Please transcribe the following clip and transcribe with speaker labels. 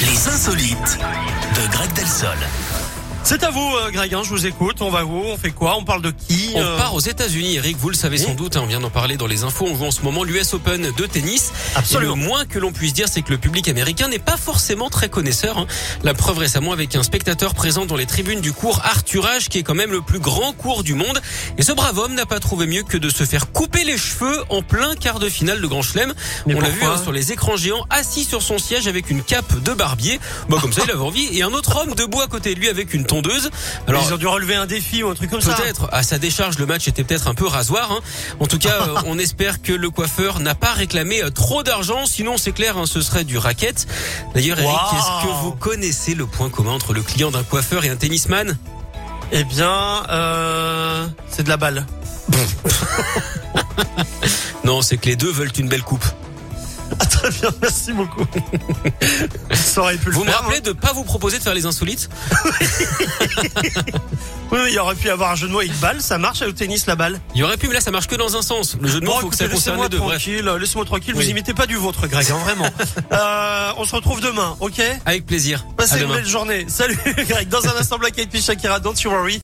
Speaker 1: Les insolites de Greg Delsol.
Speaker 2: C'est à vous, euh, Greg, hein, je vous écoute. On va où On fait quoi On parle de qui
Speaker 3: On
Speaker 2: Euh,
Speaker 3: part aux États-Unis, Eric, vous le savez sans
Speaker 2: oui.
Speaker 3: doute, hein, on vient d'en parler dans les infos. On joue en ce moment l'US Open de tennis.
Speaker 2: Absolument.
Speaker 3: Et le moins que l'on puisse dire, c'est que le public américain n'est pas forcément très connaisseur. hein. La preuve récemment avec un spectateur présent dans les tribunes du cours Arthurage, qui est quand même le plus grand cours du monde. Et ce brave homme n'a pas trouvé mieux que de se faire couper les cheveux en plein quart de finale de Grand Chelem.
Speaker 2: Mais
Speaker 3: On l'a vu
Speaker 2: pourquoi
Speaker 3: hein, sur les écrans géants, assis sur son siège avec une cape de barbier. Bah, comme ça, il avait envie. Et un autre homme debout à côté de lui avec une tondeuse. Alors,
Speaker 2: Ils ont dû relever un défi ou un truc comme ça.
Speaker 3: Peut-être. À sa décharge, le match était peut-être un peu rasoir. hein. En tout cas, euh, on espère que le coiffeur n'a pas réclamé euh, trop d'argent. Sinon, c'est clair, hein, ce serait du racket. D'ailleurs, Eric,
Speaker 2: Waouh.
Speaker 3: est-ce que vous connaissez le point commun entre le client d'un coiffeur et un tennisman
Speaker 2: Eh bien, euh, c'est de la balle.
Speaker 3: Non, c'est que les deux veulent une belle coupe.
Speaker 2: Ah, très bien, merci beaucoup. ça aurait pu le
Speaker 3: Vous me
Speaker 2: faire.
Speaker 3: rappelez de pas vous proposer de faire les insolites
Speaker 2: hein. Oui, oui, il aurait pu y avoir un jeu de mots avec balle, ça marche au tennis la balle.
Speaker 3: Il y aurait pu, mais là, ça marche que dans un sens. Le jeu de mots, faut que ça concerne
Speaker 2: laissez-moi
Speaker 3: les deux. Bref.
Speaker 2: tranquille, euh, laissez-moi tranquille,
Speaker 3: Oui.
Speaker 2: vous imitez pas du vôtre, Greg, hein, vraiment. Euh, on se retrouve demain, ok
Speaker 3: Avec plaisir. À
Speaker 2: Passez une
Speaker 3: demain.
Speaker 2: belle journée. Salut, Greg. Dans un instant, Black Eyed Peas, Shakira, don't you worry.